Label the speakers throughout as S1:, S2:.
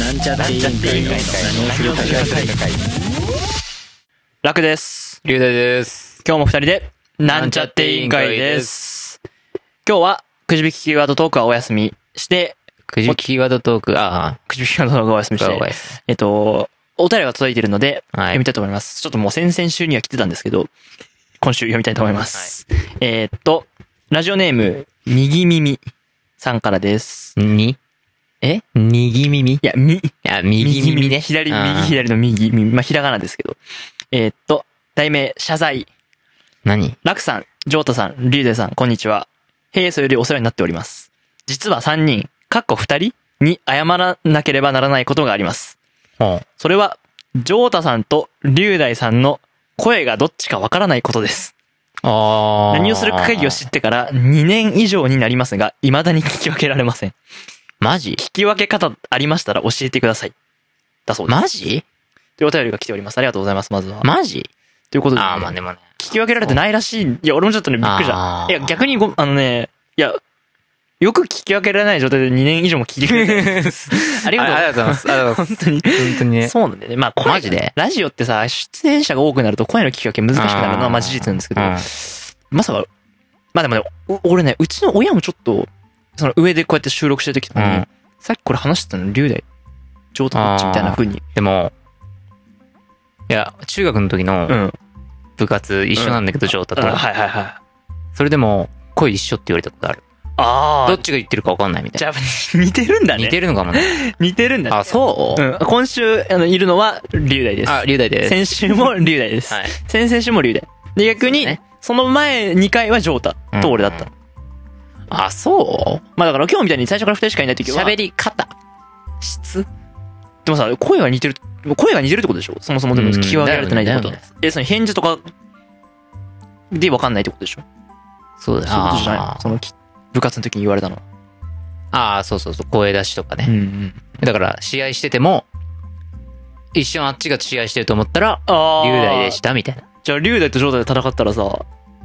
S1: なんちゃって委員会の何をするか
S2: 楽です。
S3: 龍大です。
S2: 今日も二人で、なんちゃって委員会です。今日は、くじ引きキーワードトークはお休みして、
S3: くじキーワードトーク、あ
S2: くじ引きキーワードトークはお休
S3: あ、
S2: みし
S3: そう
S2: て、
S3: です。
S2: えっと、お便りが届いているので、
S3: はい
S2: 読みたいと思います。ちょっともう先々週には来てたんですけど、今週読みたいと思います。えーっと、ラジオネーム、右耳さんからです。
S3: に
S2: え
S3: 右耳い
S2: いや、み、
S3: や、右耳ね。
S2: 左、
S3: あー
S2: 右、。左の右、耳。まあ、ひらがなですけど。えーっと、題名、謝罪。
S3: 何
S2: ラクさん、ジョータさん、リュウデイさん、こんにちは。平素よりお世話になっております。実は3人、かっこ2人に謝らなければならないことがあります。
S3: ほ
S2: それは、ジョータさんとリュウダイさんの声がどっちかわからないことです。
S3: あー
S2: 何をするか会議を知ってから2年以上になりますが、未だに聞き分けられません。
S3: マジ
S2: 聞き分け方ありましたら教えてください。だそうです。
S3: マジ
S2: というお便りが来ております。ありがとうございます、まずは。
S3: マジ
S2: ということで、
S3: ああ、まあでもね。
S2: 聞き分けられてないらしい。いや、俺もちょっとね、びっくりし
S3: あ。
S2: たい
S3: ー
S2: や、逆にご、あのね、いや、よく聞き分けられない状態で2年以上も聞いてくれて。 ありがとう。
S3: あありがとうございますありがとうございます
S2: 本当に。
S3: 本当にね。
S2: そうなんだよね。まあ、声が
S3: マジで
S2: ラジオってさ、出演者が多くなると声の聞き分け難しくなるのはまあ
S3: あー
S2: 事実なんですけど
S3: う、ん
S2: まさか、まあでもね、お俺ね、うちの親もちょっと、その上でこうやって収録してる時とかに、
S3: うん
S2: さっきこれ話してたの、龍大、上達どっちみたいな風に。
S3: でも、いや、中学の時
S2: う
S3: の
S2: ん。
S3: 部活一緒なんだけど、ジョータ
S2: あ
S3: と。
S2: はいはいはい。
S3: それでも、声一緒って言われたことある。
S2: あ
S3: ど
S2: あ
S3: っ。ちが言ってるか分かんないみたい
S2: じゃあ、似てるんだ
S3: な。
S2: ね。
S3: 似てるのかもね。
S2: 似てるんだね。
S3: あ、そう
S2: うん、今週、あの、いるのは、龍大です。
S3: あ、龍大です。
S2: 先週も龍大です。
S3: はい。
S2: 先々週も龍大。で、逆に、
S3: そう
S2: そ,、
S3: だね
S2: の前2回はジョータと俺だった。
S3: うんあ、そう
S2: まあだから今日みたいに最初から2人しかいない時は。
S3: 喋
S2: り。
S3: り方。質
S2: でもさ、声が似てる、声が似てるってことでしょそもそもでも
S3: うん
S2: 聞き分けられてないってこと
S3: だよねだ。
S2: え、その返事とか、で分かんないってことでしょ
S3: そうだ
S2: そういうことじゃない
S3: あ
S2: のそのき、部活の時に言われたの。
S3: ーあー、そうそうそう、声出しとかね。
S2: ん。
S3: だから、試合してても、一瞬あっちが試合してると思ったら、
S2: ああ。
S3: 雄大でし。た、みたいな。
S2: じゃあ龍大とジョータで戦ったらさ、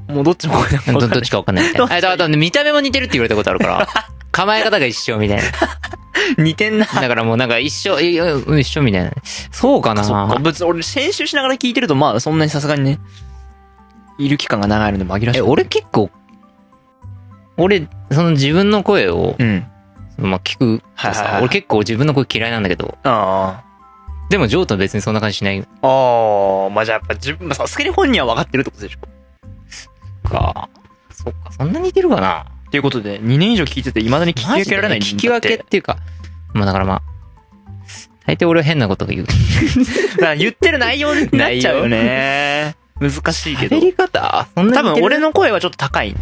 S2: もうどっちの声だか分 か
S3: ど
S2: んな
S3: どっ
S2: い
S3: ちかわかんないみたいな。え、だから、見た目も似てるって言われたことある から、構え方が一緒みたいな。
S2: 似てんな。
S3: だからもうなんか一緒、いやうん一緒みたいな。そうかな
S2: そっか。別に俺、編集しながら聞いてると、まあ、そんなにさすがにね、いる期間が長いので紛らわしい。
S3: え、俺結構、俺、その自分の声を、
S2: うん。
S3: まあ、聞くとさ、
S2: はいはいはい
S3: 俺結構自分の声嫌いなんだけど、
S2: あ
S3: でもジョーと別にそんな感じしない
S2: あ。ああ、まあじゃあやっぱ自分、まあさすがに本人は分かってるってことでしょ。
S3: か。そっか、そんなに似てるかな
S2: ということで、2年以上聞いてて、未だに聞き分けられないんだって
S3: 聞き分けっていうか、まあだからまあ、大抵俺は変なことを言う。
S2: だから言ってる内容になっちゃうよね。難しいけど。
S3: 方そん
S2: 多分俺
S3: の
S2: の声はちょっと高い。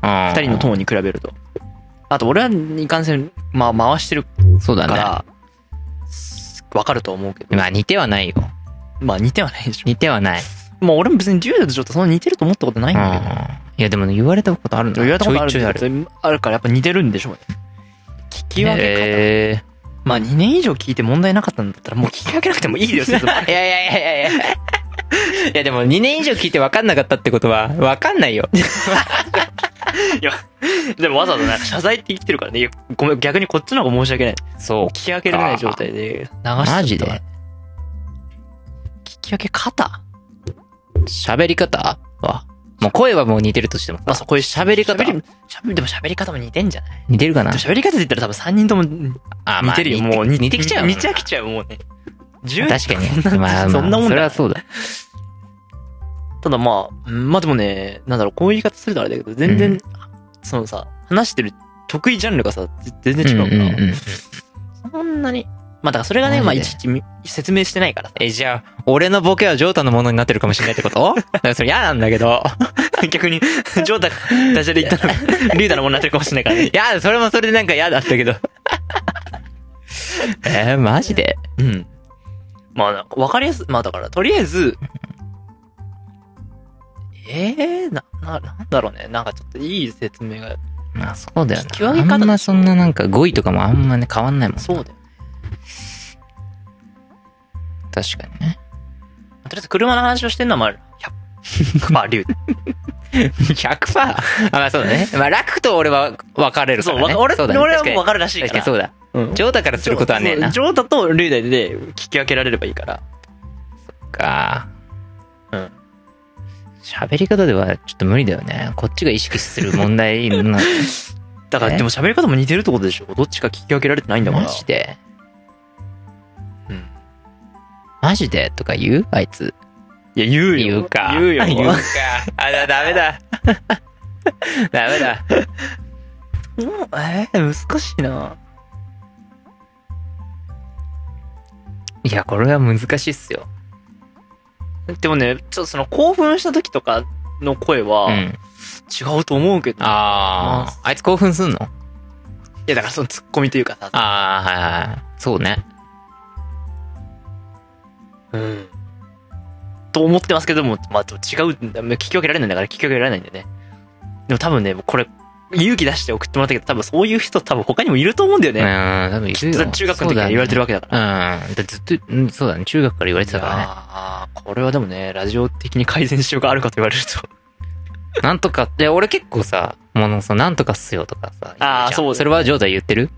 S3: 二
S2: 二人のトーンに比べると。あと俺はいかんせん、まあ回してるか
S3: ーン。そうだね。
S2: ら、分かると思うけど。
S3: まあ似てはないよ。
S2: まあ似てはないでしょ。
S3: 似てはない。
S2: まあ俺も別に10代とちょっとそんな似てると思ったことないん
S3: うん
S2: だけど。
S3: いやでもね言われたことあるんだ。
S2: 言われたことある
S3: ちょいちょいある。
S2: あるからやっぱ似てるんでしょうね。聞き分け方。
S3: え
S2: まあ2年以上聞いて問題なかったんだったらもう聞き分けなくてもいいで すよ。
S3: ーいやいやいやいやいや。 いやでも2年以上聞いて分かんなかったってことは分かんないよ。
S2: でもわざわざなんか謝罪って言ってるからね。いやごめん、逆にこっちの方が申し訳ない。
S3: そう
S2: 聞。き分けられない状態で流してたから
S3: マジで
S2: 聞き分け方
S3: 喋り方はもう声はもう似てるとしてもさ。
S2: まあそうこういう
S3: 喋り方
S2: 喋り、喋りでも喋り方も似てんじゃない
S3: 似てるか
S2: で
S3: な
S2: も喋り方で言ったら多分3人とも似
S3: あまあ
S2: てるよ。もう
S3: 似て似てきちゃうもん
S2: 似
S3: な。
S2: てきちゃう、もうね。10
S3: 確か に。まあまあ、
S2: そんなもんだ
S3: それはそうだ。
S2: ただまあ、うんまあでもね、なんだろう、こういう言い方するとあれだけど、全然、
S3: うん
S2: そのさ、話してる得意ジャンルがさ、ぜ全然違うから、
S3: うんうんうん
S2: そんなに。まあだからそれがね、ま
S3: マ
S2: あ
S3: ジ
S2: い
S3: で
S2: ちいちみ説明してないからさ。
S3: え、じゃあ、俺のボケはジョータのものになってるかもしれないってこと だからそれ嫌なんだけ ど。
S2: 逆に、ジョータがダジャレ言った ら、リュウダのものになってるかもしれないからね。
S3: いや、それもそれでなんか嫌だったけど。 えー、マジで
S2: うん。まあなんか、わかりやす、まあだから、とりあえず、ええな、な、なんだろうね。なんかちょっといい説明が、
S3: まあそうだよ
S2: 聞き
S3: な。
S2: 分け方
S3: あんまそんななんか語彙とかもあんまね変わんないもん。
S2: そうだよ。
S3: 確かに ね。
S2: とりあえず車の話をしてんのは、まあ、100%、まあ、 リュウダ。
S3: 100%? あ、まあそうだね。まあ楽と俺は分かれるか
S2: そう、
S3: らね。
S2: わか俺、
S3: そうだね
S2: 俺は
S3: 確
S2: もう
S3: か
S2: 分かるらしい
S3: に
S2: か。
S3: 確からにそうだ。
S2: うん
S3: ジョータからすることはねえな。
S2: ジョータとリュウダイで聞き分けられればいいから。
S3: か。
S2: うん。
S3: 喋り方ではちょっと無理だよね。こっちが意識する問題な、
S2: だから
S3: え
S2: でも喋り方も似てるってことでしょどっちか聞き分けられてないん だか
S3: マ
S2: ら。
S3: ジで。
S2: うん
S3: マジでとか言うあいつ。
S2: いや、言うよ。
S3: 言うか。
S2: 言うよ。
S3: 言うか。あ、だ、ダメだ。 ダメだ。
S2: うんえー、難しいな。
S3: いや、これは難しいっすよ。
S2: でもね、ちょっとその興奮した時とかの声
S3: う
S2: は
S3: ん。
S2: 違うと思うけど、い
S3: ああ。あいつ興奮すんの
S2: やだからそのツッコミというかさ、
S3: ああ、はいはいはい。そうね。
S2: うん。と思ってますけども、まあでも違うんだ。聞き分けられないんだから聞き分けられないんでね。でも多分ね、これ、勇気出して送ってもらったけど、多分そういう人多分他にもいると思うんだよ
S3: うん、
S2: ね。
S3: 多分いる
S2: だから
S3: よ。
S2: 中学の時から言われてるわけだから。
S3: わ。うん。だずっと、うん、そうだね。中学から言われてたからね。
S2: ああ、これはでもね、ラジオ的に改善しようがあるかと言われると。
S3: なんとかって、俺結構さ、もの、その、なんとかっすよとかさ。
S2: あー
S3: 言じゃん
S2: そう
S3: それはジョーダ言ってる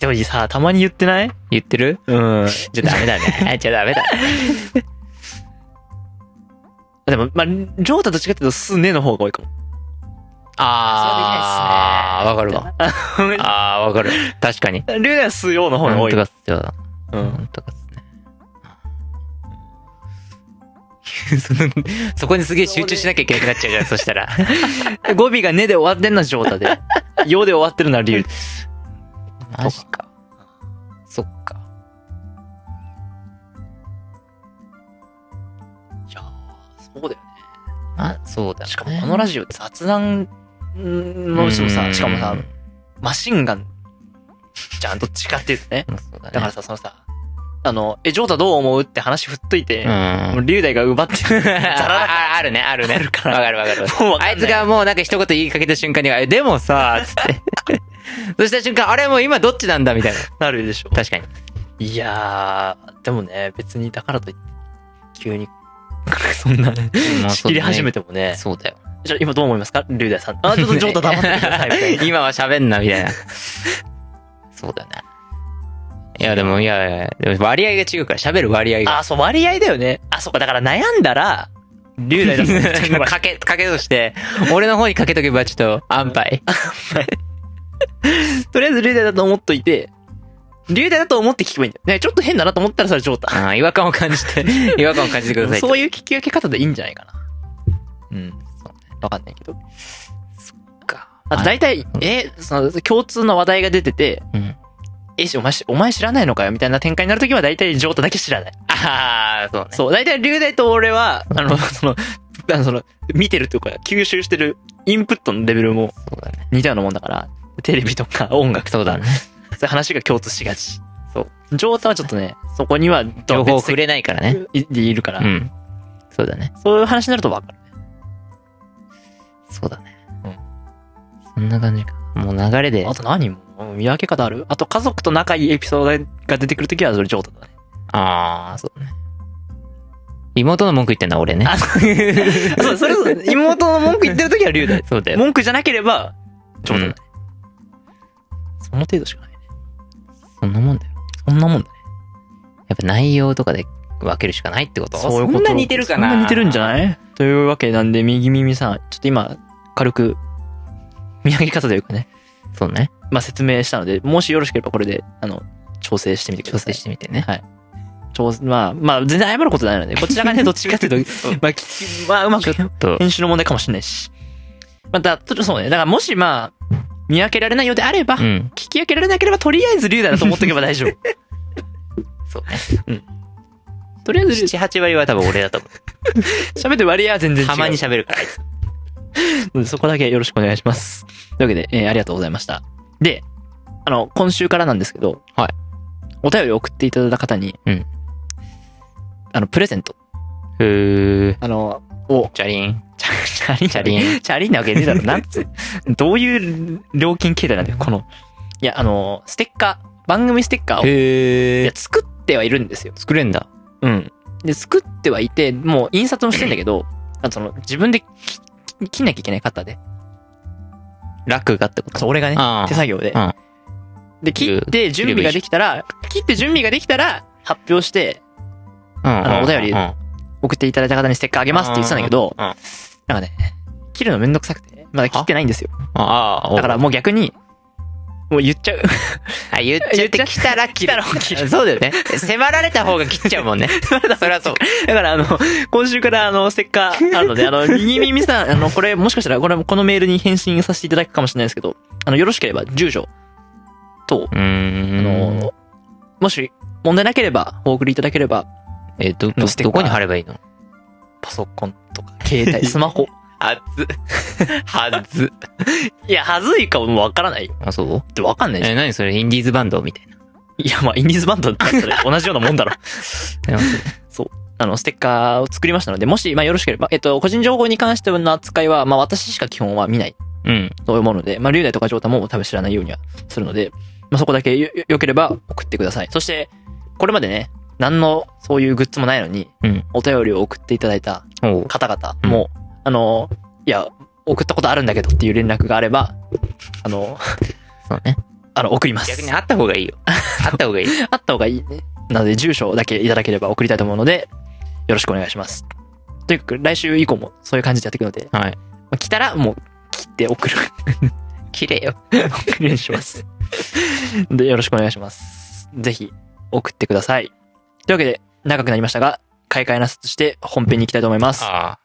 S2: でもさ、たまに言ってない
S3: 言ってる
S2: うん。
S3: じゃあダメだ ね。じゃあダメだ。
S2: でも、まあ、ジョータと違ってと、すねの方が多いかも。
S3: あー、わかるわ。 あー、わかる。確かに。
S2: ルーナはすようの方
S3: な
S2: が多
S3: ん
S2: い
S3: と。かっすよ。
S2: う。
S3: なんんとかっすね。 そのそこにすげえ集中しなきゃいけなくなっちゃうじゃん、そ したら。
S2: 語尾がねで終わってんのはジョー タで。よで終わってるのはリュウ。
S3: マジか。そっか。
S2: いやーそうだよね。
S3: あ、そうだ、ね。
S2: しかもこのラジオって雑談のうちも
S3: う
S2: さ、
S3: ん
S2: しかもさ、マシンガンじゃん、どっちかっていうとね。
S3: まあそうだね。
S2: だからさ、そのさ、あの、え、ジョータどう思うって話振っといて、
S3: うん
S2: もう。リュウダイが奪って、ザラだか
S3: ああるね、ある ね。あるから。わかるわかる。
S2: ら。もうわか
S3: あ
S2: んない
S3: いつがもうなんか一言言いかけた瞬間に、えでもさ、つ って。そした瞬間、あれもう今どっちなんだみたいな。
S2: なるでしょ。
S3: 確かに。
S2: いやー、でもね、別にだからといって、急に、 そんな、仕切り始め
S3: て。
S2: てもね、
S3: そうだよ。
S2: じゃあ今どう思いますかリュウダイさ ん。あ、ちょっとジョータ黙っててください、みた いな。
S3: 今は喋んな、みたいな。そうだよね。いや、でも、いやいやいや、でも割合が違うから、喋る割合が。
S2: あ、そう、割合だよね。あ、そうか、だから悩んだら、リュウダイだと思ってくれば
S3: かけ、かけとして、俺の方にかけとけばちょっと安 牌。
S2: とりあえずリュウダイだと思っといて、リュウダイだと思って聞けばいいんだよ。ね、ちょっと変だなと思ったらそれジョータ。
S3: うん違和感を感じて、違和感を感じてください。
S2: そういう聞き分け方でいいんじゃないかな。
S3: うん。そ
S2: わかんないけど。
S3: っか。
S2: あと大体、え、その、共通の話題が出てて、
S3: うん。
S2: え、お前し、お前知らないのかよみたいな展開になるときは大体ジョータだけ知らない。
S3: ああ、そうね。
S2: そう、大体、龍大と俺は、あの、その、あの、その、見てるというか、吸収してるインプットのレベルも
S3: そうだね。
S2: 似たようなもんだから、テレビと か音楽とか、
S3: そうだね。
S2: そういう話が共通しがち。そう。ジョータはちょっとね、そこには、
S3: 情報触れないからね。
S2: いでいるから、
S3: うん。そうだね。
S2: そういう話になるとわかる。
S3: そうだね。
S2: うん。
S3: そんな感じか。もう流れで。
S2: あと何も見分け方あるあと家族と仲いいエピソードが出てくるときは、それジョータだね。
S3: ああ、そうね。妹の文句言ってんだ、俺ね。
S2: あ、 そう、それぞれ妹の文句言ってるときは龍大。
S3: そうだよ。
S2: 文句じゃなければ、ジョータだね。その程度しかないね。
S3: そんなもんだよ。
S2: そんなもんだね。
S3: やっぱ内容とかで分けるしかないってこと
S2: そういうこと
S3: そんな似てるかな
S2: そんな似てるんじゃ
S3: い
S2: ないというわけなんで、右耳さん、ちょっと今、軽く、見上げ方というかね、
S3: そうね。
S2: まあ説明したので、もしよろしければこれで、あの、調整してみてく
S3: 調
S2: ださ
S3: 整
S2: い。
S3: してみてね。
S2: 調整まあ、まあ、全然謝ることないので、こちら がね、どっちかというと、まあ、きまあ、うま
S3: ちょ
S2: く、
S3: っ と、
S2: 編集の問題かもしれないし。また、ちょっとそうね、だからもしまあ、見分けられないようであれば、
S3: うん。
S2: 聞き分けられなければ、とりあえず龍だなと思っておけば大丈夫。
S3: そうね。
S2: とりあえず龍、
S3: 7、8割は多分俺だ と思
S2: 喋って割合は全然
S3: う。
S2: 違
S3: た
S2: う。
S3: まに喋るから、あいつ。
S2: うんそこだけよろしくお願いします。というわけで、えーありがとうございました。で、あの、今週からなんですけど、
S3: はい。
S2: お便りを送っていただいた方に、
S3: うん
S2: あの、プレゼント、
S3: ふー。
S2: あの、を、
S3: チャリン。
S2: チャチャリン、
S3: チャリン。
S2: チャリンなわけねえだろ、なんつ、 どういう料金形態なんだよ、この。いや、あの、ステッカー、番組ステッカーを、い
S3: へ
S2: や。作ってはいるんですよ。
S3: 作れんだ。
S2: うん。で、作ってはいて、もう印刷もしてんだけど、あとその、自分できき切んなきゃいけない方で。
S3: 楽がってこと
S2: そう、俺がね
S3: あ、ー
S2: 手作業で
S3: うん。
S2: で、切って準備ができたら、切って準備ができたら、発表して
S3: あ
S2: のお便り送っていただいた方にステッカーあげますって言ってたんだけど、
S3: あ
S2: なんかね、切るのめんどくさくて、まだ切ってないんですよ。
S3: あ、
S2: だからもう逆に、もう言っ ちゃう。
S3: あ、言っちゃって来たら 切る。 そうだよね。迫られた方が切っちゃう もんね。それはそう。
S2: だからあの、今週からあの、ステッカーあるので、あ の、右耳さん、あの、これもしかしたら、これ、このメールに返信させていただくかもしれないですけど、あの、よろしければ、住所と、
S3: うーん。
S2: あの、もし、問題なければ、お送りいただければ、
S3: え、ど、ど、
S2: ステッ
S3: ど
S2: カー
S3: こに貼ればいいの
S2: パソコンとか、携 帯、スマホ。
S3: はず。 はず。
S2: いや、はずいかもわからないよ。
S3: あ、そう
S2: ってわかんないじゃん。
S3: え、何それインディーズバンドみたいな。
S2: いや、まあ、インディーズバンドだっ たら同じようなもんだろ。あの、ステッカーを作りましたので、もし、まあ、よろしければ、えっと、個人情報に関しての扱いは、まあ、私しか基本は見ない。
S3: うん。
S2: そういうもので、まあ、龍大とか城太も多分知らないようにはするので、まあ、そこだけよ、よよければ送ってください。そして、これまでね、何のそういうグッズもないのに、
S3: うん
S2: お便りを送っていただいた
S3: おう
S2: 方々も、あの、いや、送ったことあるんだけどっていう連絡があれば、あの、
S3: そうね。
S2: あの、送ります。
S3: 逆にあった方が いいよ。あった方がいい。
S2: あった方がいいね。なので、住所だけいただければ送りたいと思うので、よろしくお願いします。とにかく、来週以降もそういう感じでやっていくので、
S3: はい。
S2: まあ来たらもう、切って 送る。
S3: 綺麗よ。
S2: お願いします。で、よろしくお願いします。ぜひ、送ってください。というわけで、長くなりましたが、開会なさとして本編に行きたいと思います。
S3: あ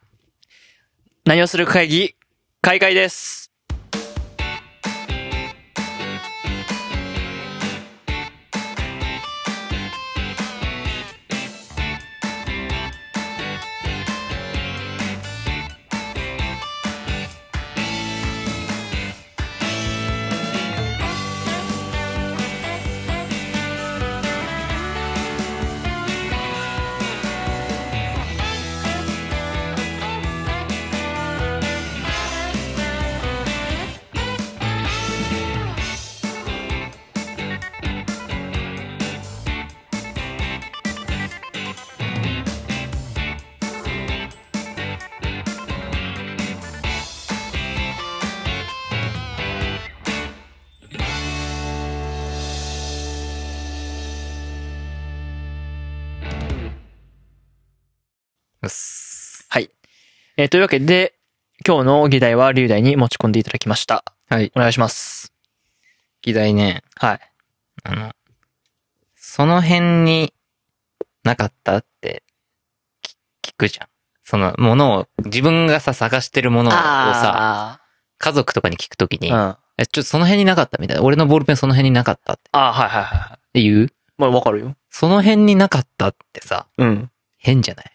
S2: 何をするか会議、開会です。
S3: あ。うっす
S2: えーというわけで、今日の議題は、龍大に持ち込んでいただきました。
S3: はい。
S2: お願いします。
S3: 議題ね。
S2: はい。
S3: あの、その辺になかったってき聞くじゃん。そのものを、自分がさ、探してるものをさ、
S2: あ
S3: 家族とかに聞くときに、
S2: ー、うん。あ
S3: えちょっとその辺になかったみたいな。俺のボールペンその辺になかったっ
S2: あー、はいはいはいはい。
S3: ていう。
S2: まあ、わかるよ。
S3: その辺になかったってさ、
S2: うん。
S3: 変 じゃない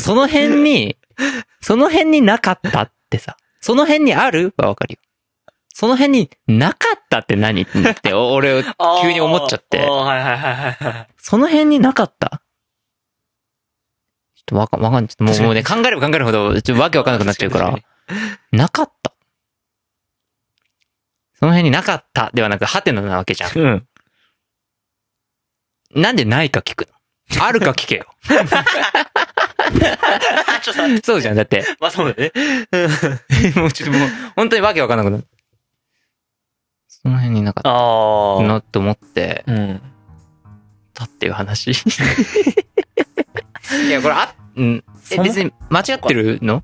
S3: その辺に、 その辺になかったってさ、その辺にあるはわかるよ。その辺になかったって何って、お俺、急に思っちゃって。
S2: はいはいはいはい。
S3: その辺になかったちょっとわかん、わかんちょっともう、もうね、考えれば考えるほど、ちょっとわけわかんなくなっちゃう から
S2: 確、
S3: なかった。その辺になかったではなく、ハテナなわけじゃ
S2: うん。
S3: ん。なんでないか聞くのあるか聞 けよ。
S2: ちょっと待って、
S3: そうじゃん、だって。
S2: まあそうだね。
S3: もうちょっともう、本当にわけわかんなくなる。その辺になかっ
S2: あ
S3: た
S2: あ。
S3: なと思って
S2: うん。
S3: たっていう 話。いや、これあ、うん。え、
S2: その
S3: 別に間違ってるの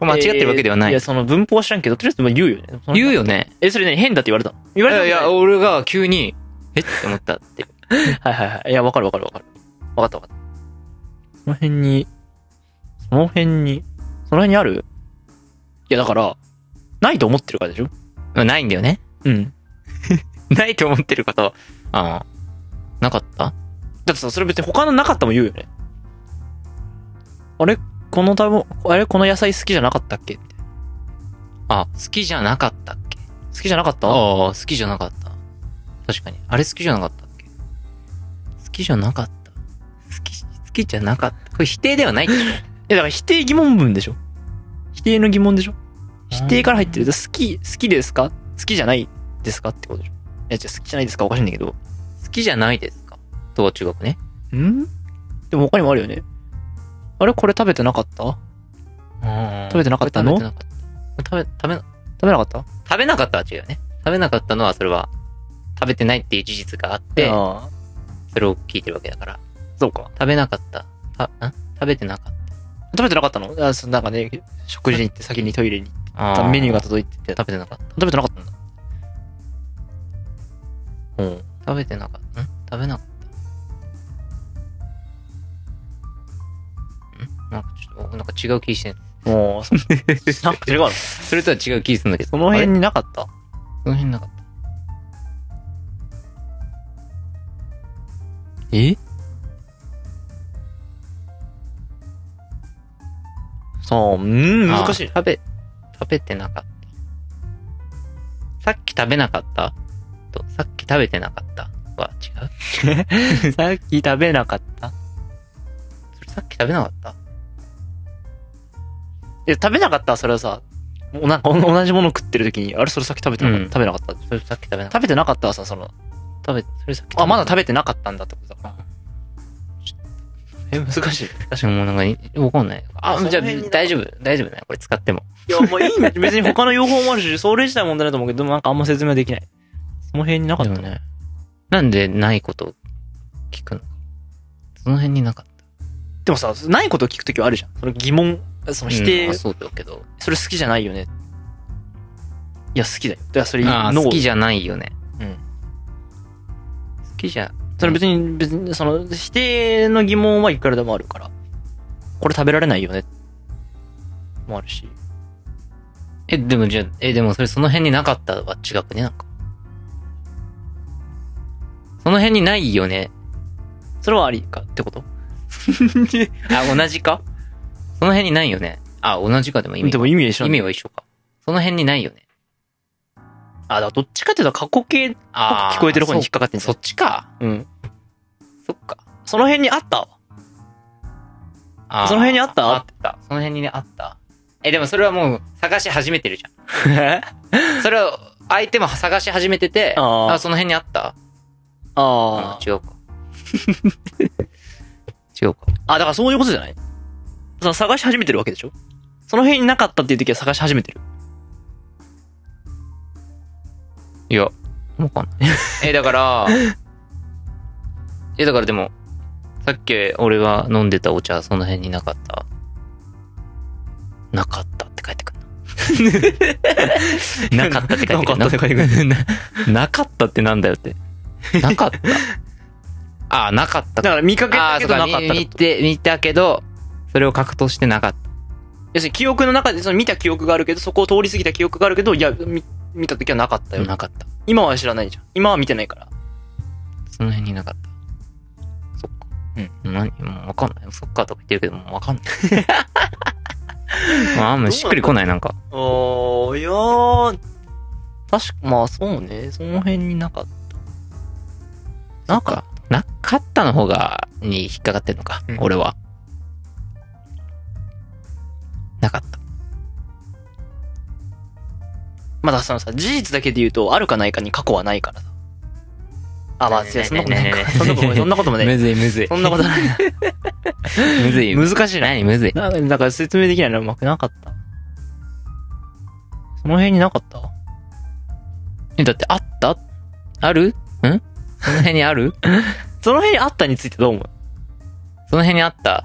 S3: これ間違ってるわけではな
S2: えーい
S3: い
S2: や、。その文法は知らんけど、とりあえずまあ言うよね。
S3: 言う
S2: よ。
S3: よね。
S2: え、それね、変だって言われたの言
S3: い
S2: われた
S3: やいや、俺が急に、えって思ったって。
S2: はいはいはい。いや、わかるわかるわかる。わかったわかった。その辺に、その辺に、その辺にあるいや、だから、ないと思ってるからでしょ
S3: まあ ないんだよね。
S2: うん。
S3: ないと思ってること、ああ、なかった
S2: だってさ、それ別に他のなかったも言うよね。あれこの食べ物、あれこの野菜好きじゃなかったっけ好
S3: あ、好きじゃなかったっけ
S2: きじゃなかった
S3: ああ、好きじゃなかった。確かに。あれ好きじゃなかったっけ好きじゃなかった。好き、好きじゃなかった。これ否定ではないってこ
S2: え、だから否定疑問文でしょ否定の疑問でしょ
S3: と
S2: 否定から入ってる。好き、好きですか好きじゃないですかってことでしょいや、じゃ好きじゃないですかおかしいんだけど。
S3: 好きじゃないですかとは中学ね。
S2: んでも他にもあるよね。あれこれ食べてなかった
S3: 食
S2: 食べてなかったの
S3: 食べてなかった。食べ、食べ、
S2: 食べなかった
S3: 食べなかったは違うよね。食べなかったのはそれは食べてないっていう事実があって、
S2: ああ
S3: それを聞いてるわけだから。
S2: そうか。
S3: 食べなかった。たん食べてなかっ。
S2: 食べてなかったのあそのなんかね、食事に行って先にトイレに行ったたメニューが
S3: 食
S2: 届いてて、食
S3: べてなかった。
S2: べてなかったんだ。
S3: うん。食べてなかった。ん食べなかった。んなんかちょっと、なんか違う気してん。
S2: もう、そ なんか違うの
S3: それとは違う気するんだけど。
S2: その辺
S3: あれ
S2: になかった
S3: その辺なかった。え
S2: そう、うん、難しい
S3: あ。食べ、食べてなかった。さっき食べなかったと、さっき食べてなかったは違う
S2: さっき食べなかった
S3: それさっき食べなかった
S2: え、食べなかったそれはさ、もうなんかお同じもの食ってる時に、あれそれさっき食べてなかった、
S3: うん
S2: 食べなかった
S3: それさっき食べなかった
S2: 食べてなかったはさ、その、
S3: 食べ、それさっき
S2: あ、まだ食
S3: べ
S2: べてなかったんだってことだから。え、難しい。
S3: 確かにもうなんか、わかんない。あ、
S2: その
S3: じゃあ
S2: 辺にな
S3: 大丈夫、大丈夫だよ。これ使っても。
S2: いや、もういいんだ別に他の用法もあるし、それ自体問題ないと思うけど、でもなんかあんま説明できない。その辺になかっ
S3: で
S2: た
S3: も
S2: ね。
S3: ね。なんでないことを聞くのか。その辺になかった。
S2: でもさ、ないことを聞くときはあるじゃん。その疑問、その否定、
S3: うんあそうだけど。
S2: それ好きじゃないよね。いや、好きだよ。いや、それ、
S3: あー
S2: ノ
S3: 好き
S2: ー。
S3: じゃないよね。
S2: うん。
S3: 好きじゃ、
S2: それ別に、別に、その、否定の疑問はいくらでもあるから。これ食べられないよね。もあるし。
S3: え、でもじゃあえ、でもそれその辺になかったは違くねなんか。その辺にないよね。
S2: それはありかってこと
S3: あ、同じかその辺にないよね。あ、同じかでも意味
S2: でも意味は一緒
S3: 意
S2: なん
S3: 味
S2: だ
S3: は一緒か。その辺にないよね。
S2: あ、だからどっちかっていうと過去形っぽ
S3: あ
S2: く
S3: ー
S2: 聞こえてる方に引っかかってんじゃ
S3: そ
S2: ん
S3: っちか。
S2: うん。
S3: そっか。
S2: その辺にあった わ。
S3: あー
S2: その辺にあった
S3: あった。その辺にね、あった。え、でもそれはもう探し始めてるじゃん。それは相手も探し始めてて、
S2: あー
S3: あ、その辺にあった
S2: ああ。
S3: 違うか。 違うか。
S2: あ、だからそういうことじゃないその探し始めてるわけでしょその辺になかったっていう時は探し始めてる。
S3: いや、わかんない。 え、だから、え、だからでも、さっき俺が飲んでたお茶、その辺になかった。なかったって書いてく るな。なかったって書いてくる
S2: なかったって書いて
S3: な なかったってなんだよって。なかった。あ、なかった
S2: だ。から見かけ
S3: あー、
S2: たけ
S3: そう
S2: どな
S3: か、
S2: かったって
S3: 見
S2: こ
S3: 見
S2: と
S3: て、見たけど、それを格闘してなかった。
S2: 要するに記憶の中で、その見た記憶があるけど、そこを通り過ぎた記憶があるけど、いや、見見た時はなかったよ。
S3: なかった。
S2: 今は知らないじゃん。今は見てないから。
S3: その辺になかった。そっか。うん。何もうわかんない。そっかとか言ってるけど、もうわ かんない。まあ、あんましっくりこない、なんか。
S2: おー、いやー、確か、まあそうね。その辺になかった。な
S3: なんか、なかったの方が、に引っかかってんのか、
S2: うん
S3: 俺は。なかった。
S2: まだそのさ、事実だけで言うと、あるかないかに過去はないからさ。あ、まあ、いや、そんなことないか。そんなことない。そんなことも ない。
S3: むずいむずい。
S2: そんなことない。
S3: むずい。
S2: 難しいな。
S3: 何むずい。
S2: な だから説明できないのうまくなかった。その辺になかった
S3: えだって、あったあるんその辺にある
S2: その辺にあったについてどう思う
S3: その辺にあった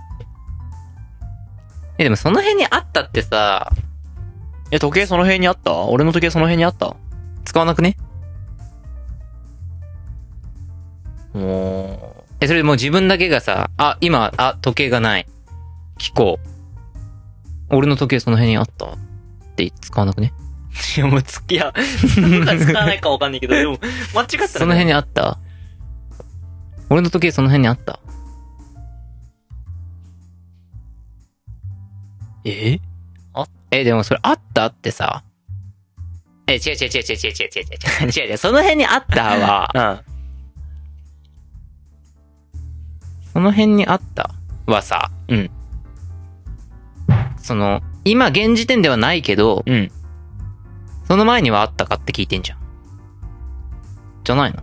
S3: え、でもその辺にあったってさ、
S2: え、時計その辺にあった俺の時計その辺にあった
S3: 使わなくね
S2: も
S3: え、それでもう自分だけがさ、あ、今、あ、時計がない。聞こう。俺の時計その辺にあったって使わなくね
S2: う。いや、もうつ、い や、使うか使わないかわかんないけど、でも、間違ったら、
S3: その辺にあった俺の時計その辺にあった
S2: え
S3: え、でもそれあったってさ。え、違う違う違う違う違う違う違う違う違う違う。その辺にあった は、
S2: うん。
S3: その辺にあったはさ、
S2: うん。
S3: その、今現時点ではないけど、
S2: うん。
S3: その前にはあったかって聞いてんじゃん。じゃないの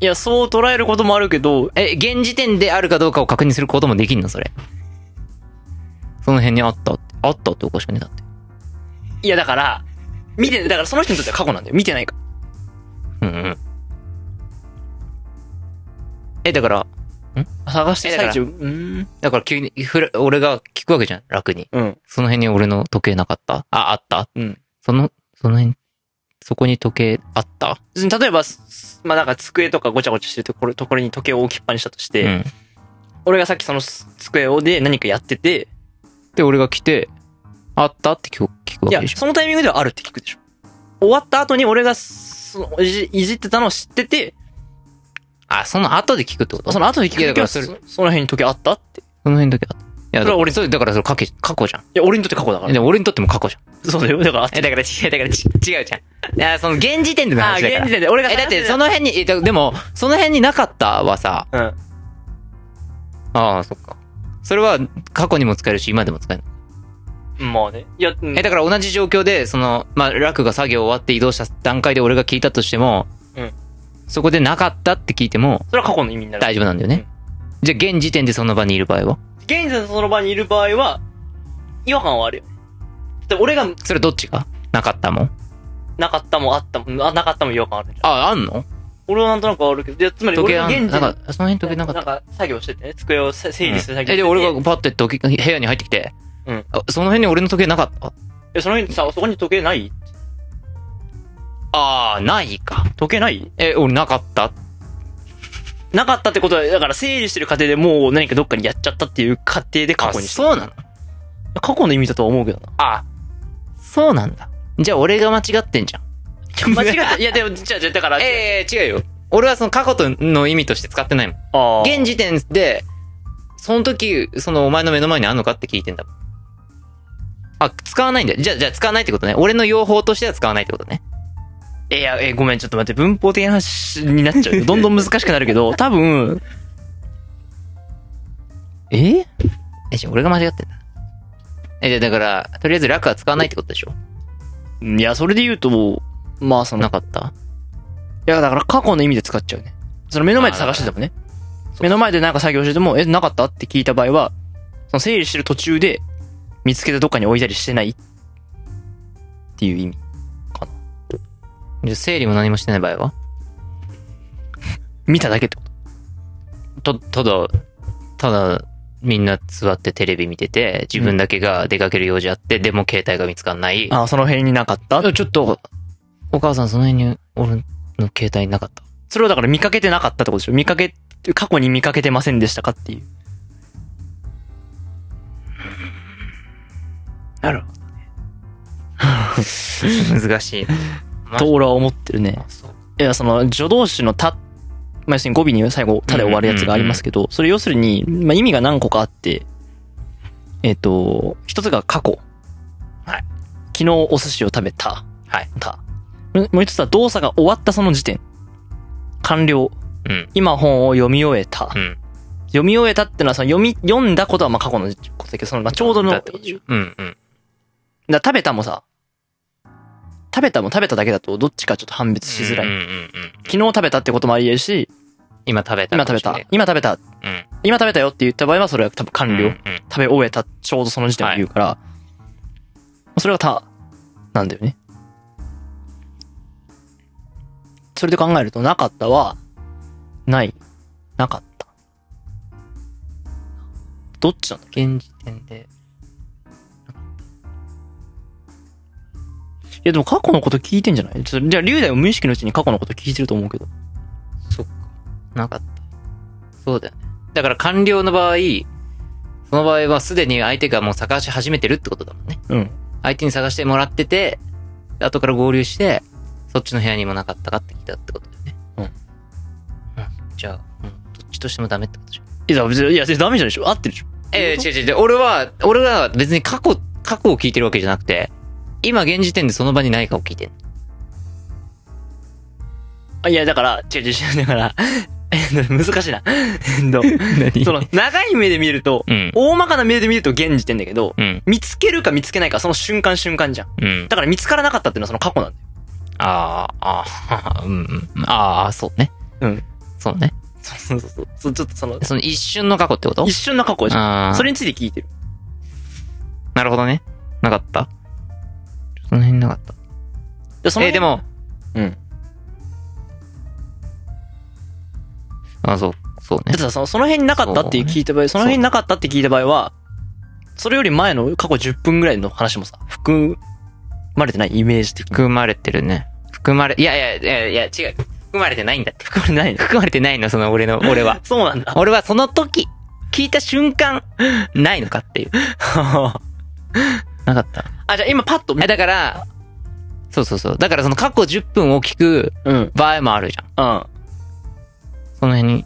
S2: いや、そう捉えることもあるけど、
S3: え、現時点であるかどうかを確認することもできんのそれ。その辺にあったって。あったっておかしくねだって。
S2: いや、だから、見て、だからその人にとっては過去なんだよ。見てないから。
S3: うんうん。
S2: え、だから、
S3: ん
S2: 探して
S3: えだから
S2: 最中、うーん。
S3: だから急に、ふら俺が聞くわけじゃん、楽に。
S2: うん。
S3: その辺に俺の時計なかったあ、あった
S2: うん。
S3: その、その辺、そこに時計あった
S2: 別に例えば、すまあなんか机とかごちゃごちゃしてるところところに時計を置きっぱにしたとして、
S3: うん。
S2: 俺がさっきそのす机をで何かやってて、
S3: で、俺が来て、あったって聞く聞く
S2: い
S3: わけ
S2: や
S3: で、しょ。
S2: そのタイミングではあるって聞くでしょ。終わった後に俺がそのいじいじってたのを知ってて、
S3: あ、その後で聞くってこと
S2: そ
S3: そ
S2: の
S3: の
S2: 後で聞く
S3: いやだから
S2: そ
S3: それ
S2: その辺に時計あったって。い
S3: 辺だけあった。いや、
S2: それは俺
S3: それだからそれ過去過去じゃん。
S2: や、俺にとって過去だか
S3: え
S2: ら。
S3: でも俺にとっても過去じゃん。
S2: そう だよ。だから、
S3: え、だから違う、だからち違うじゃん。いや、その現時点での
S2: ああ、
S3: 話だか
S2: 現
S3: ら
S2: 時。点で俺が
S3: え、だってそ
S2: の、
S3: の辺に、え、だでも、その辺になかったはさ、
S2: うん。
S3: ああ、そっか。それは過去にも使えるし、今でも使える。
S2: まあね。いや、うん
S3: え、だから同じ状況で、その、まあ、楽が作業終わって移動した段階で俺が聞いたとしても、
S2: うん
S3: そこでなかったって聞いても
S2: それは過去の意味になる。
S3: 大丈夫なんだよね。じゃあ、現時点でその場にいる場合は
S2: 現在その場にいる場合は、違和感はあるよ。で俺が
S3: それどっちがなかったもん
S2: なかったもあったも、あなかったも違和感あるんじゃん。
S3: ああ、あんの
S2: 俺はなんとなくあるけど、いやつまり
S3: 時
S2: 俺
S3: 計
S2: が
S3: あ
S2: 現
S3: ん
S2: 時
S3: なんか、その辺時計なかった。
S2: んか作業しててね、机を整理する作業してて、
S3: え、で、俺がパッて時計、部屋に入ってきて、
S2: うん
S3: あその辺に俺の時計なかった
S2: え、その辺さ、そこに時計ない
S3: ああ、ないか。
S2: 時計ない
S3: え、俺なかった
S2: なかったってことは、だから整理してる過程でもう何かどっかにやっちゃったっていう過程で過去にした。
S3: そうなの
S2: 過去の意味だとは思うけどな。
S3: あ、そうなんだ。じゃあ俺が間違ってんじゃん。
S2: 間違った。いや、でも、じゃあ、じゃあだから、
S3: ええ違うよ。俺はその過去との意味として使ってないもん。
S2: あー
S3: 現時点で、その時、そのお前の目の前にあんのかって聞いてんだもん。あ、使わないんだよ。じゃあ、じゃあ使わないってことね。俺の用法としては使わないってことね。
S2: いや、え、ごめん、ちょっと待って、文法的な話になっちゃうよ。どんどん難しくなるけど、多分、
S3: ええ、じゃあ俺が間違ってんだ。え、じゃあだから、とりあえず楽は使わないってことでしょ
S2: いや、それで言うと、まあ、その、
S3: なかった
S2: いや、だから過去の意味で使っちゃうね。その目の前で探しててもね。
S3: そう
S2: 目の前でなんか作業してても、え、なかったって聞いた場合は、その整理してる途中で、見つけてどっかに置いたりしてないっていう意味。
S3: じゃあ整理も何もしてない場合は
S2: 見ただけってこと。
S3: と、ただ、ただ、みんな座ってテレビ見てて、自分だけが出かける用事あって、でも携帯が見つかんない。
S2: ああ、その辺になかった
S3: いやちょっと、お母さんその辺に俺の携帯なかった。
S2: それをだから見かけてなかったってことでしょ見かけ、過去に見かけてませんでしたかっていう。なるほ
S3: 難しい。
S2: ど。と俺は思ってるね。いや、その、助動詞のた、まあ、要するに語尾に最後、たで終わるやつがありますけど、それ要するに、まあ、意味が何個かあって、えっ、と、一つが過去。
S3: はい。
S2: 昨日お寿司を食べた。
S3: はい。
S2: た。もう一つは動作が終わったその時点。完了。
S3: うん。
S2: 今本を読み終えた。
S3: うん。
S2: 読み終えたってのは、その読み、読んだことはまあ過去のことだけど、その、まあちょうどの、
S3: だ
S2: だ
S3: ってことでしょ
S2: か
S3: うんうん。
S2: ら食べたもさ、食べたも食べただけだと、どっちかちょっと判別しづらい。
S3: うんうんうん。
S2: 昨日食べたってこともあり得るし、
S3: 今食べた。
S2: 今食べた、今食べた、
S3: うん。
S2: 今食べたよって言った場合は、それは多分完了、
S3: うんうん。
S2: 食べ終えた、ちょうどその時点を言うから、それがた、なんだよね。それで考えると、なかったは、ない、なかった。どっちなんだろう
S3: 現時点で。
S2: いやでも過去のこと聞いてんじゃないちょっとじゃあ、龍大は無意識のうちに過去のこと聞いてると思うけど。
S3: そっか。なかった。そうだよね。だから完了の場合、その場合はすでに相手がもう探し始めてるってことだもんね。
S2: うん。
S3: 相手に探してもらってて、で後から合流して、そっちの部屋にもなかったかって聞いたってことだよね。
S2: うん
S3: うん。じゃあ、うん、どっちとしてもダメってことじゃん。
S2: いや、別にいや、ダメじゃないでしょ合ってるでしょ
S3: ええ違う違う違う。俺は、俺は別に過去、過去を聞いてるわけじゃなくて、今現時点でその場にないかを聞い てる。
S2: あいや、だから、違う違う違う、だから、 えっと難しいな。えっと、
S3: 何
S2: その、長い目で見ると、
S3: うん。
S2: 大まかな目で見ると現時点だけど、
S3: うん。
S2: 見つけるか見つけないかその瞬間瞬間じゃん。
S3: うん。
S2: だから見つからなかったっていうのはその過去なんだよ。
S3: あーあー、 うんうん。ああ、そうね。
S2: うん。
S3: そうね。
S2: そうそうそう。そうちょっとその、
S3: その一瞬の過去ってこと
S2: 一瞬の過去じゃん。
S3: ああ。
S2: それについて聞いてる。
S3: なるほどね。なかったその辺なかった。
S2: で、その、
S3: え、で、も、
S2: うん。
S3: あ、そう、そう
S2: だ
S3: ね
S2: って。さその、その辺になかったっていう聞いた場合、そ,、の辺になかったって聞いた場合は、それより前の過去10分ぐらいの話もさ、含まれてないイメージ的に。。
S3: 含まれてるね。含まれ、いやいやいやいや、違う。含まれてないんだって。含まれない含まれてないの、その俺の、俺は
S2: そうなんだ。
S3: 俺はその時、聞いた瞬間、ないのかっていう。
S2: あ、
S3: なかった。
S2: じゃあ今パッと見
S3: え、だから、そうそうそう。だからその過去10分を聞く
S2: うん。うん。
S3: 場合もあるじゃん。
S2: あ
S3: その辺に、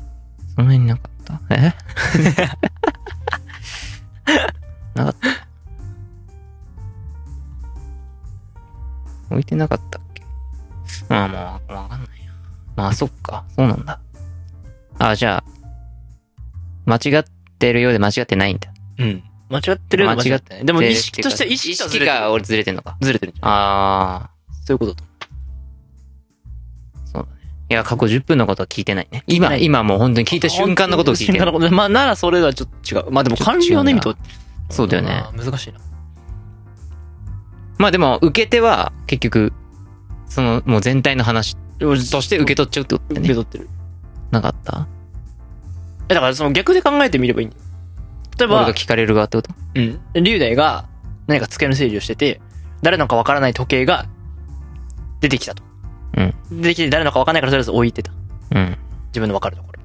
S3: その辺になかった。 えなかった。置いてなかったっけまあまあ、わかんないや。まあそっか、そうなんだ。あじゃあ、間違ってるようで間違ってないんだ。
S2: うん。間違ってる
S3: 間違って
S2: ない。でも意識としては意識と
S3: 意
S2: ず
S3: 識
S2: れてる。
S3: が俺ずれてんのか。
S2: ずれてる。
S3: あ
S2: そういうことだと。
S3: あ。いや、過去10分のことは聞いてないね。今、
S2: ない
S3: 今もう本当に聞いた瞬間のことを聞いて
S2: 瞬間
S3: る
S2: の。ことまあ、ならそれはちょっと違う。まあでも、完了の意味と。
S3: そうだよね。
S2: あー。難しいな。
S3: まあでも、受け手は、結局、その、もう全体の話
S2: と
S3: として受け取っちゃうってことだ
S2: 受
S3: よね。
S2: け取ってる。
S3: なかった
S2: え、だからその逆で考えてみればいいんだよ。例え
S3: 俺
S2: ば
S3: が、聞かれる側ってこと
S2: うん。龍大が何か机の整理をしてて、誰のかわからない時計が出てきたと。
S3: うん
S2: 出てきて誰のかわからないからとりあえず置いてた。
S3: うん。
S2: 自分のわかるところ。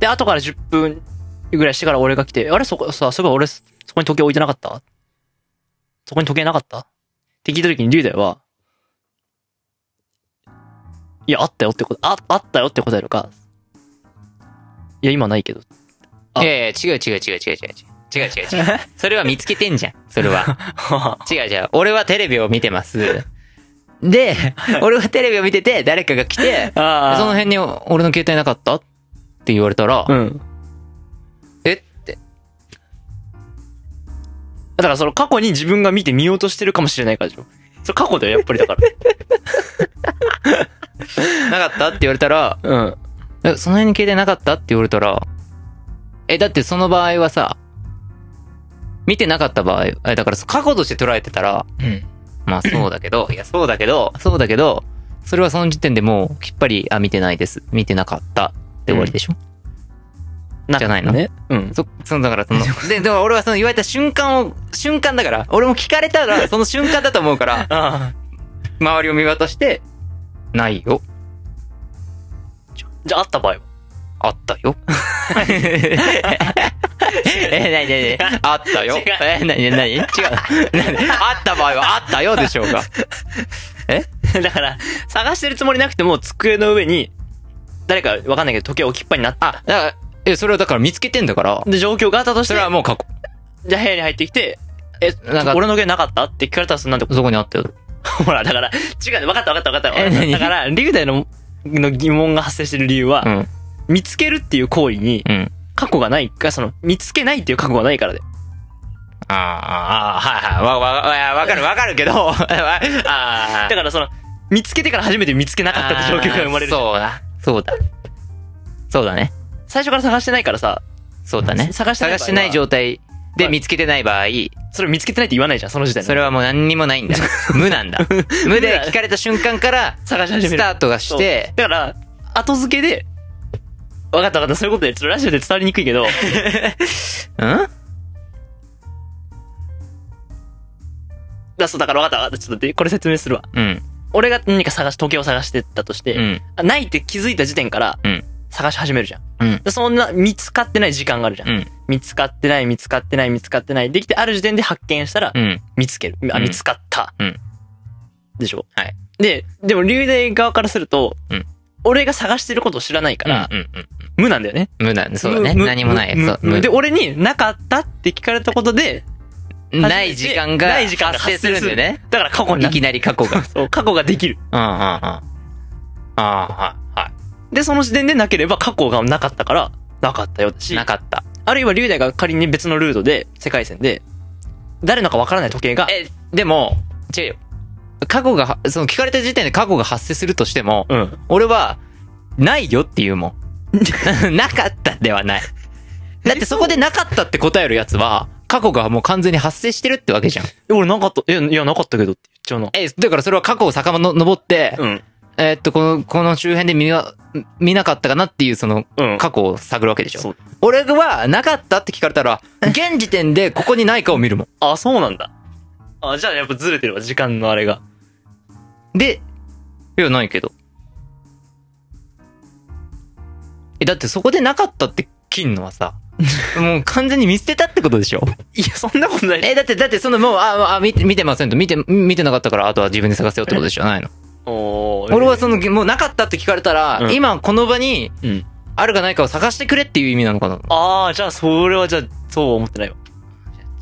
S2: で、後から10分ぐらいしてから俺が来て、あれそこ、さ、そういえば俺、そこに時計置いてなかったそこに時計なかったって聞いた時に龍大は、いや、あったよってこと、あ、あったよって答えるか、いや、今ない けど。あ
S3: いやいや、違う違う違う違う違う違う。違う違う違 う。それは見つけてんじゃん。それは。違う違う。俺はテレビを見てます。で、俺はテレビを見てて、誰かが来て、そ
S2: あ
S3: の辺に俺の携帯なかったって言われたら、
S2: うん。
S3: えって。
S2: だからその過去に自分が見て見ようとしてるかもしれないからでしょ。それ過去だよ、やっぱりだから。
S3: なかったって言われたら、
S2: うん。
S3: え、その辺に携帯なかったって言われたら、え、だってその場合はさ、見てなかった場合、え、だから過去として捉えてたら、
S2: うん。
S3: まあそうだけど、いやそうだけど、そうだけど、それはその時点でもうきっぱり、あ、見てないです。見てなかった。で終わりでしょ、じゃないの
S2: ね。うん。
S3: そ、その、だからそ の、で、でも俺はその言われた瞬間を、瞬間だから、俺も聞かれたらその瞬間だと思うから、
S2: ああ。
S3: 周りを見渡して、ないよ。
S2: じゃあ、あった場合は。
S3: あった よ。え、なになにあったよ。
S2: 違う
S3: え、なになに違う。何あった場合はあったよでしょうか。
S2: だから、探してるつもりなくても、机の上に、誰かわかんないけど、時計置きっぱになった。
S3: あ、だから、え、それはだから見つけてんだから、
S2: で、状況があったとし
S3: そ
S2: て
S3: れ、はもう過去。
S2: じゃあ部屋に入ってきて、え、
S3: なんか
S2: 俺の時計なかったって聞かれたらそんなんで、
S3: そこにあったよ。
S2: ほら、だから、違うね。わかったわかったわかった。
S3: え何
S2: だから、龍大の、の疑問が発生してる理由は、
S3: うん。
S2: 見つけるっていう行為に、
S3: うん。
S2: 過去がないか、その、見つけないっていう過去がないからで。
S3: あーあー、はいはい。わ、わ、わわかるわかるけど、 わああ
S2: だからその、見つけてから初めて見つけなかったって状況が生まれる。
S3: そうだ。そうだ。そうだね。
S2: 最初から探してないからさ、
S3: そうだね。
S2: 探してない場合は
S3: 探してない状態で見つけてない場合、
S2: それ見つけてないって言わないじゃん、その時点
S3: そ
S2: で。
S3: れはもう何にもないん だ。無なんだ。無で聞かれた瞬間から、
S2: 探し始め
S3: ス
S2: る
S3: タ。ートがして、
S2: だから、後付けで、わかったわかった、そういうことで、ちょっとラジオで伝わりにくいけど、
S3: うん
S2: だそうだからわかったわかった、ちょっと待ってこれ説明するわ。
S3: うん。
S2: 俺が何か探し、時計を探してったとして、
S3: うん。
S2: あないって気づいた時点から
S3: うん、
S2: 探し始めるじゃん。
S3: うん
S2: でそんな、見つかってない時間があるじゃん。
S3: うん
S2: 見つかってない、見つかってない、見つかってない。できて、ある時点で発見したら
S3: う、ん。
S2: 見つける。あ、
S3: うん
S2: 見つかった。
S3: うん
S2: でしょ
S3: はい。
S2: で、でも、流大側からすると、
S3: うん
S2: 俺が探してることを知らないか
S3: うん。
S2: ら、
S3: うん。
S2: 無なんだよね。
S3: 無だ。そうだね。
S2: 無無
S3: 何もない。
S2: 無
S3: そう
S2: 無
S3: 無
S2: で、俺になかったって聞かれたことで、
S3: ない時間が
S2: ない時間が
S3: 発生するんだよね。
S2: だから過去に
S3: い
S2: なる
S3: きなり過去 が。うんうんうん。
S2: そう過去ができる。
S3: ああ、はい。は
S2: で、その時点でなければ過去がなかったから、なかったよだ
S3: い。
S2: し
S3: な、かった。
S2: あるいは龍大が仮に別のルートで、世界線で、誰のかわからない時計が、
S3: え、でも、違うよ。過去が、その聞かれた時点で過去が発生するとしても、
S2: うん。
S3: 俺は、ないよって言うも ん。なかったではない。だってそこでなかったって答えるやつは、過去がもう完全に発生してるってわけじゃん。
S2: え、俺なかった、え、いや、なかったけどって言っちゃうな。
S3: え、だからそれは過去を遡って、
S2: うん。
S3: えーっと、この、この周辺で見な、見なかったかなっていう、その、
S2: うん。
S3: 過去を探るわけでし
S2: そ
S3: ょ
S2: う。
S3: 俺は、なかったって聞かれたら、現時点でここにないかを見るも
S2: あ、そうなんだ。あ、じゃあやっぱずれてるわ、時間のあれが。
S3: ん。で、いや、ないけど。え、だってそこでなかったって切んのは さ、もう完全に見捨てたってことでしょ
S2: いや、そんなことない。
S3: え、だって、だって、そのもう、あ、あ見て、見てませんと、見て、見てなかったから、あとは自分で探せよってことじゃないの。
S2: おー
S3: 俺はその、もうなかったって聞かれたら、
S2: うん
S3: 今この場に
S2: うん、
S3: あるかないかを探してくれっていう意味なのかな。
S2: ああ、じゃあ、それはじゃあ、そうは思ってないわ。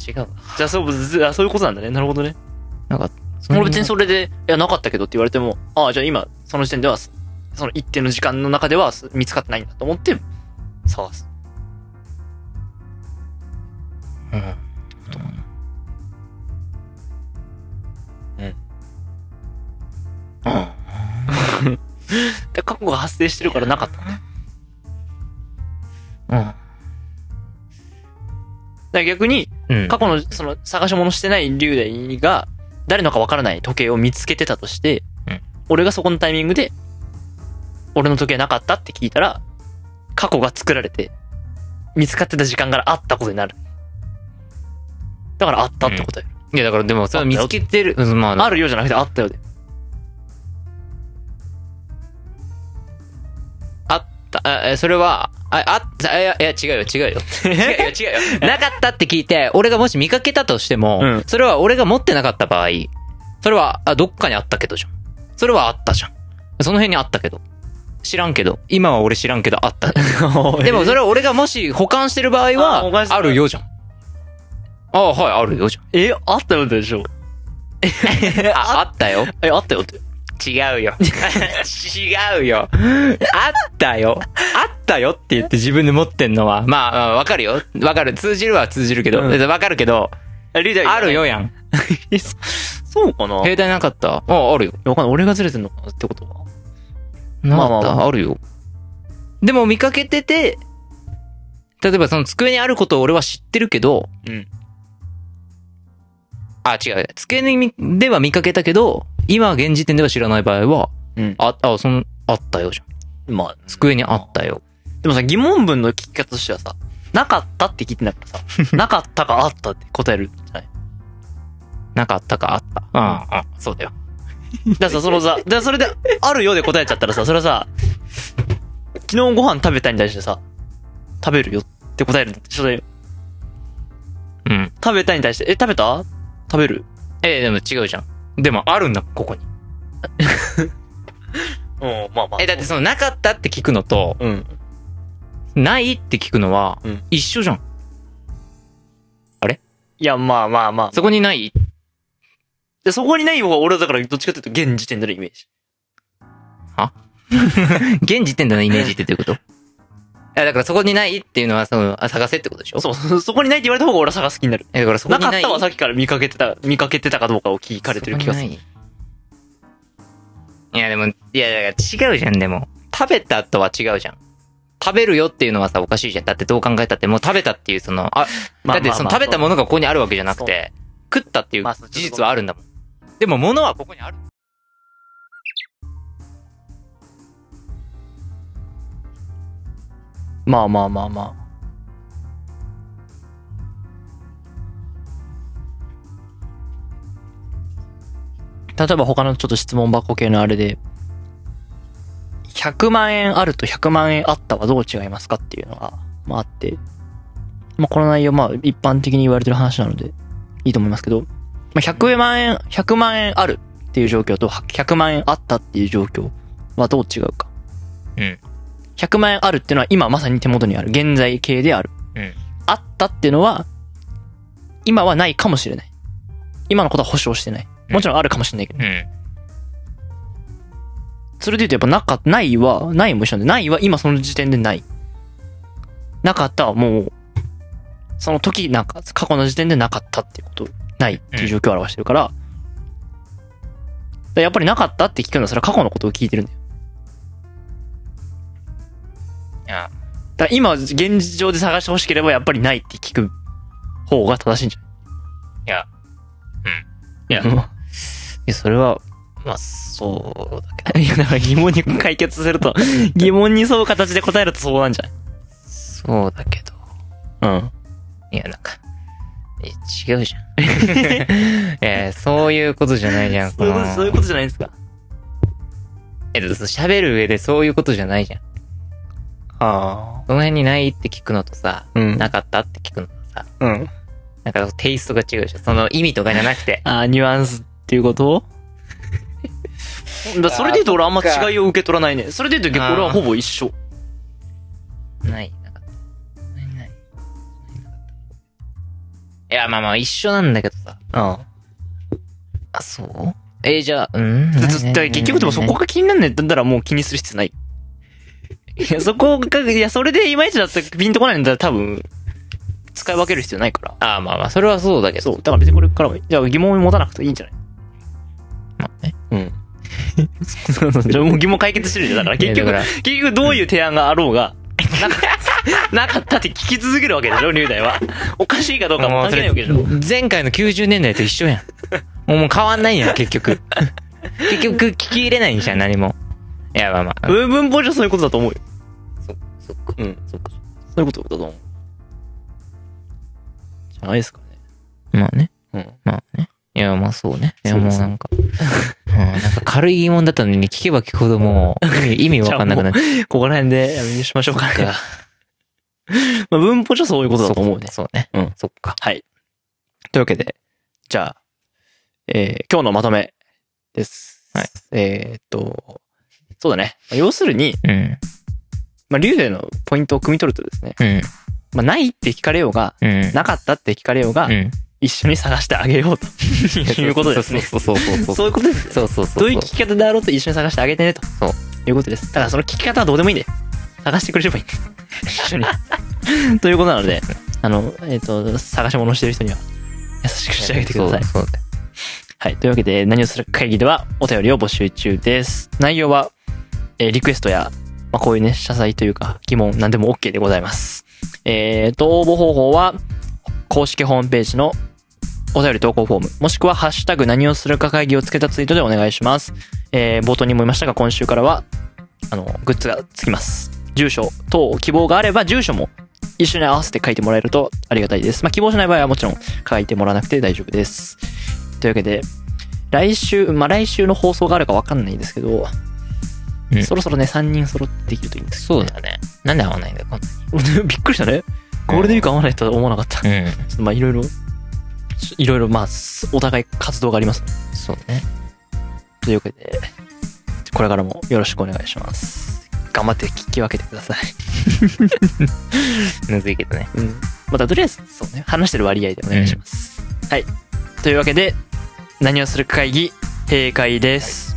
S3: 違う。
S2: じゃあ、そう、ずあそういうことなんだね。なるほどね。
S3: なんか、
S2: 俺別にそれで、いや、なかったけどって言われても、ああ、じゃあ今、その時点では、そその一定の時間の中ではす見つかってないんだと思って、探す。
S3: うん。
S2: で過去が発生してるからなかった。だか
S3: うん。
S2: ら逆に、
S3: うん。
S2: 過去の、その、探し物してない龍大が、誰のかわからない時計を見つけてたとして、
S3: うん
S2: 俺がそこのタイミングで、俺の時計なかったって聞いたら、過去が作られて、見つかってた時間からあったことになる。だからあったってことだよ。
S3: いや、だからでも、それ見つけてる、うんまあ、
S2: あるよじゃなくてあったよで。
S3: あった、あえ、それは、あ、あ、あいや、いや、違うよ、違う よ。違うよ、違うよ。なかったって聞いて、俺がもし見かけたとしても、
S2: うん
S3: それは俺が持ってなかった場合、それは、あ、どっかにあったけどじゃん。それはあったじゃん。その辺にあったけど。知らんけど。今は俺知らんけど、あ った。でもそれは俺がもし保管してる場合
S2: あ保管し
S3: は、
S2: てる
S3: あるよじゃん。ああ、はい、あるよじゃん。
S2: え、あったよで しょ
S3: あ、あったよ。
S2: え、あったよって。
S3: 違うよ。 違うよ。あったよ。あったよって言って自分で持ってんのは、まあまあ、わかるよ。わかる。通じるは通じるけど、わ、
S2: うん
S3: かるけど、
S2: あリーダー
S3: ある。よやん。
S2: えそそうかな
S3: 携帯なかったあ、あるよ。
S2: わかんない。俺がずれてんのかなってことは。
S3: なかった、
S2: まあまあま
S3: あるよ。でも見かけてて、例えばその机にあることを俺は知ってるけど、
S2: うん
S3: あ、違う。机にみでは見かけたけど、今現時点では知らない場合は、
S2: うん
S3: あ、あ、その、あったよじゃん。
S2: まあ、
S3: 机にあったよ。
S2: でもさ、疑問文の聞き方としてはさ、なかったって聞いてなくてさ、 なかったかあったって答えるじゃない。
S3: なかったかあった。うん、うん、そうだよ。
S2: だからさ、そのさ、だからそれで、あるよで答えちゃったらさ、それはさ、昨日ご飯食べたに対してさ、食べるよって答えるのと一緒だよ。
S3: うん。
S2: 食べたに対して、え、食べた食べる
S3: えーでも違うじゃん。でもあるんだ、ここに。
S2: うん、まあま
S3: え、だってその、なかったって聞くのと、
S2: うん。
S3: ないって聞くのは
S2: うん、
S3: 一緒じゃん。
S2: いや、まあまあまあ。
S3: そこにない
S2: で、そこにない方が俺はだから、どっちかっていうと、現時点でのイメージ。
S3: 現時点でのイメージってどういうこといや、だからそこにないっていうのは、その、あ探せってことでしょ
S2: そうそう、 そこにないって言われた方が俺は探す気になる。
S3: えだからそこ
S2: な
S3: にな
S2: か
S3: い。
S2: ったはさっきから見かけてた、見かけてたかどうかを聞かれてる気がする。
S3: そこにないいや、でも、いや、だから違うじゃん、でも。食べたとは違うじゃん。食べるよっていうのはさ、おかしいじゃん。だってどう考えたって、もう食べたっていう、その、あ、だってその食べたものがここにあるわけじゃなくて、食ったっていう
S2: まあ
S3: 事
S2: そう
S3: 実はあるんだもん。でも物はここにある。
S2: まあまあまあまあ。例えば他のちょっと質問箱系のあれで、100万円あると100万円あったはどう違いますかっていうのが、まああって、まあこの内容まあ一般的に言われてる話なので、いいと思いますけど、まあ100万円、100万円あるっていう状況と100万円あったっていう状況はどう違うか。100万円あるっていうのは今まさに手元にある。現在形である。
S3: うん
S2: あったっていうのは、今はないかもしれない。今のことは保証してない。もちろんあるかもしれないけど。
S3: うん。
S2: それで言うとやっぱなか、ないは、ないも一緒なんで、ないは今その時点でない。なかったはもう、その時なんか、過去の時点でなかったっていうこと、ないっていう状況を表してるから、だからやっぱりなかったって聞くのはそれは過去のことを聞いてるんだよ。
S3: いや、
S2: だから今、現状で探してほしければ、やっぱりないって聞く方が正しいんじゃない
S3: いや、いやそれは、まあ、そうだけど。
S2: いや、だから疑問に解決すると、疑問に沿う形で答えるとそうなんじゃ
S3: そうだけど。
S2: ないうん。
S3: いや、なんか、え違うじゃ ん。えそういうことじゃないじゃん。こ
S2: そういうこと
S3: の
S2: そういうことじゃないですか。
S3: えっと、そう喋る上でそういうことじゃないじゃん。
S2: あ
S3: その辺にないって聞くのとさ、
S2: あ。うん。
S3: なかったって聞くのとさ、
S2: うん。
S3: なんかテイストが違うじゃん。その意味とかじゃなくて。
S2: あーニュアンスっていうこと だそれで言うと俺あんま違いを受け取らないね。それで言うと逆に俺はほぼ一緒。
S3: ない、なかった。ない、ない。ないなかったいや、まあまあ一緒なんだけどさ。
S2: うん。
S3: あ、そうえーじゃあ、うん。
S2: だ
S3: ない
S2: だだ結局でもそこ。が気になんねえんだったらもう気にする必要ない。いや、そこが、いや、それでいまいちだったらピンとこないんだったら多分、使い分ける必要ないから。
S3: あーまあまあ、それはそうだけど。
S2: そう。だから別にこれからは、じゃあ疑問を持たなくていいん じゃない
S3: まあね。
S2: うん。そうそう。じゃあもう疑問解決してるじゃん。だから結
S3: いや
S2: 局、
S3: だか
S2: 結局どういう提案があろうが、なかなかったって聞き続けるわけでしょ、龍大は。おかしいかどうかも
S3: もう
S2: 関
S3: そ
S2: 係ない
S3: れ
S2: わけでしょ。
S3: 前回の90年代と一緒 やん。もうもう変わんないやん、結局。結局、聞き入れないんじゃん、何も。いや、まあまあ。
S2: 文文法上そういうことだと思うよ。
S3: そっか
S2: うん。
S3: そっか。
S2: そういうことだと思う。じゃないですかね。
S3: まあね。
S2: うん。
S3: まあね。いや、まあそうね。いや、
S2: そう
S3: も
S2: で
S3: う
S2: すね
S3: なんか、うん、なんか軽い疑問だったのに聞けば聞くほどもう意味、意味わかんなくなっちゃう
S2: ここら辺でやめにしましょうかね。
S3: か。
S2: まあ文法上そういうことだと思うね。
S3: そうね。
S2: うん
S3: そっか。
S2: はい。というわけで、じゃあ、えー今日のまとめです。
S3: はい。
S2: えーっと、そうだね。要するに、
S3: うん。
S2: まあ、竜でのポイントを汲み取るとですね、
S3: うん。
S2: まあ、ないって聞かれようが、
S3: うん。
S2: なかったって聞かれようが、
S3: うん。
S2: 一緒に探してあげ ようということですね。
S3: そうそうそうそう。
S2: そういうことです。
S3: そうそうそう。
S2: どういう聞き方であろうと一緒に探してあげてねと。
S3: そう
S2: いうことです。ただその聞き方はどうでもいいんで、探してくれればいいんです。一緒に。ということなので、あの、えっ、と、探し物をしてる人には優しくしてあげてください。
S3: そうそうだよ
S2: はい。というわけで、何をするか会議ではお便りを募集中です。内容は、えーリクエストや、まあ、こういうね、謝罪というか、疑問、何でも OK でございます。えー、と応募方法は、公式ホームページのお便り投稿フォーム、もしくは、ハッシュタグ何をするか会議をつけたツイートでお願いします。えー、冒頭にも言いましたが、今週からは、あの、グッズがつきます。住所等希望があれば、住所も一緒に合わせて書いてもらえるとありがたいです。まあ、希望しない場合はもちろん書いてもらわなくて大丈夫です。というわけで、来週、まあ、来週の放送があるかわかんないですけど、
S3: うん
S2: そろそろね、3人揃ってできるといいんですけ
S3: そ
S2: ど、
S3: う
S2: ね。
S3: だね。なんで合わないんだよ、こんな
S2: そうだ。 びっくりしたね。ゴールデンウィーク合わないとは思わなかった。ちょ
S3: に。
S2: っとまあ、いろいろ、いろいろ、まあ、すお互い活動があります。
S3: うん。そうね。
S2: というわけで、これからもよろしくお願いします。頑張って聞き分けてください。
S3: むずいけどね。
S2: うん。またとりあえず、そうね、話してる割合でお願いします。はい。というわけで、何をするか会議、閉会です。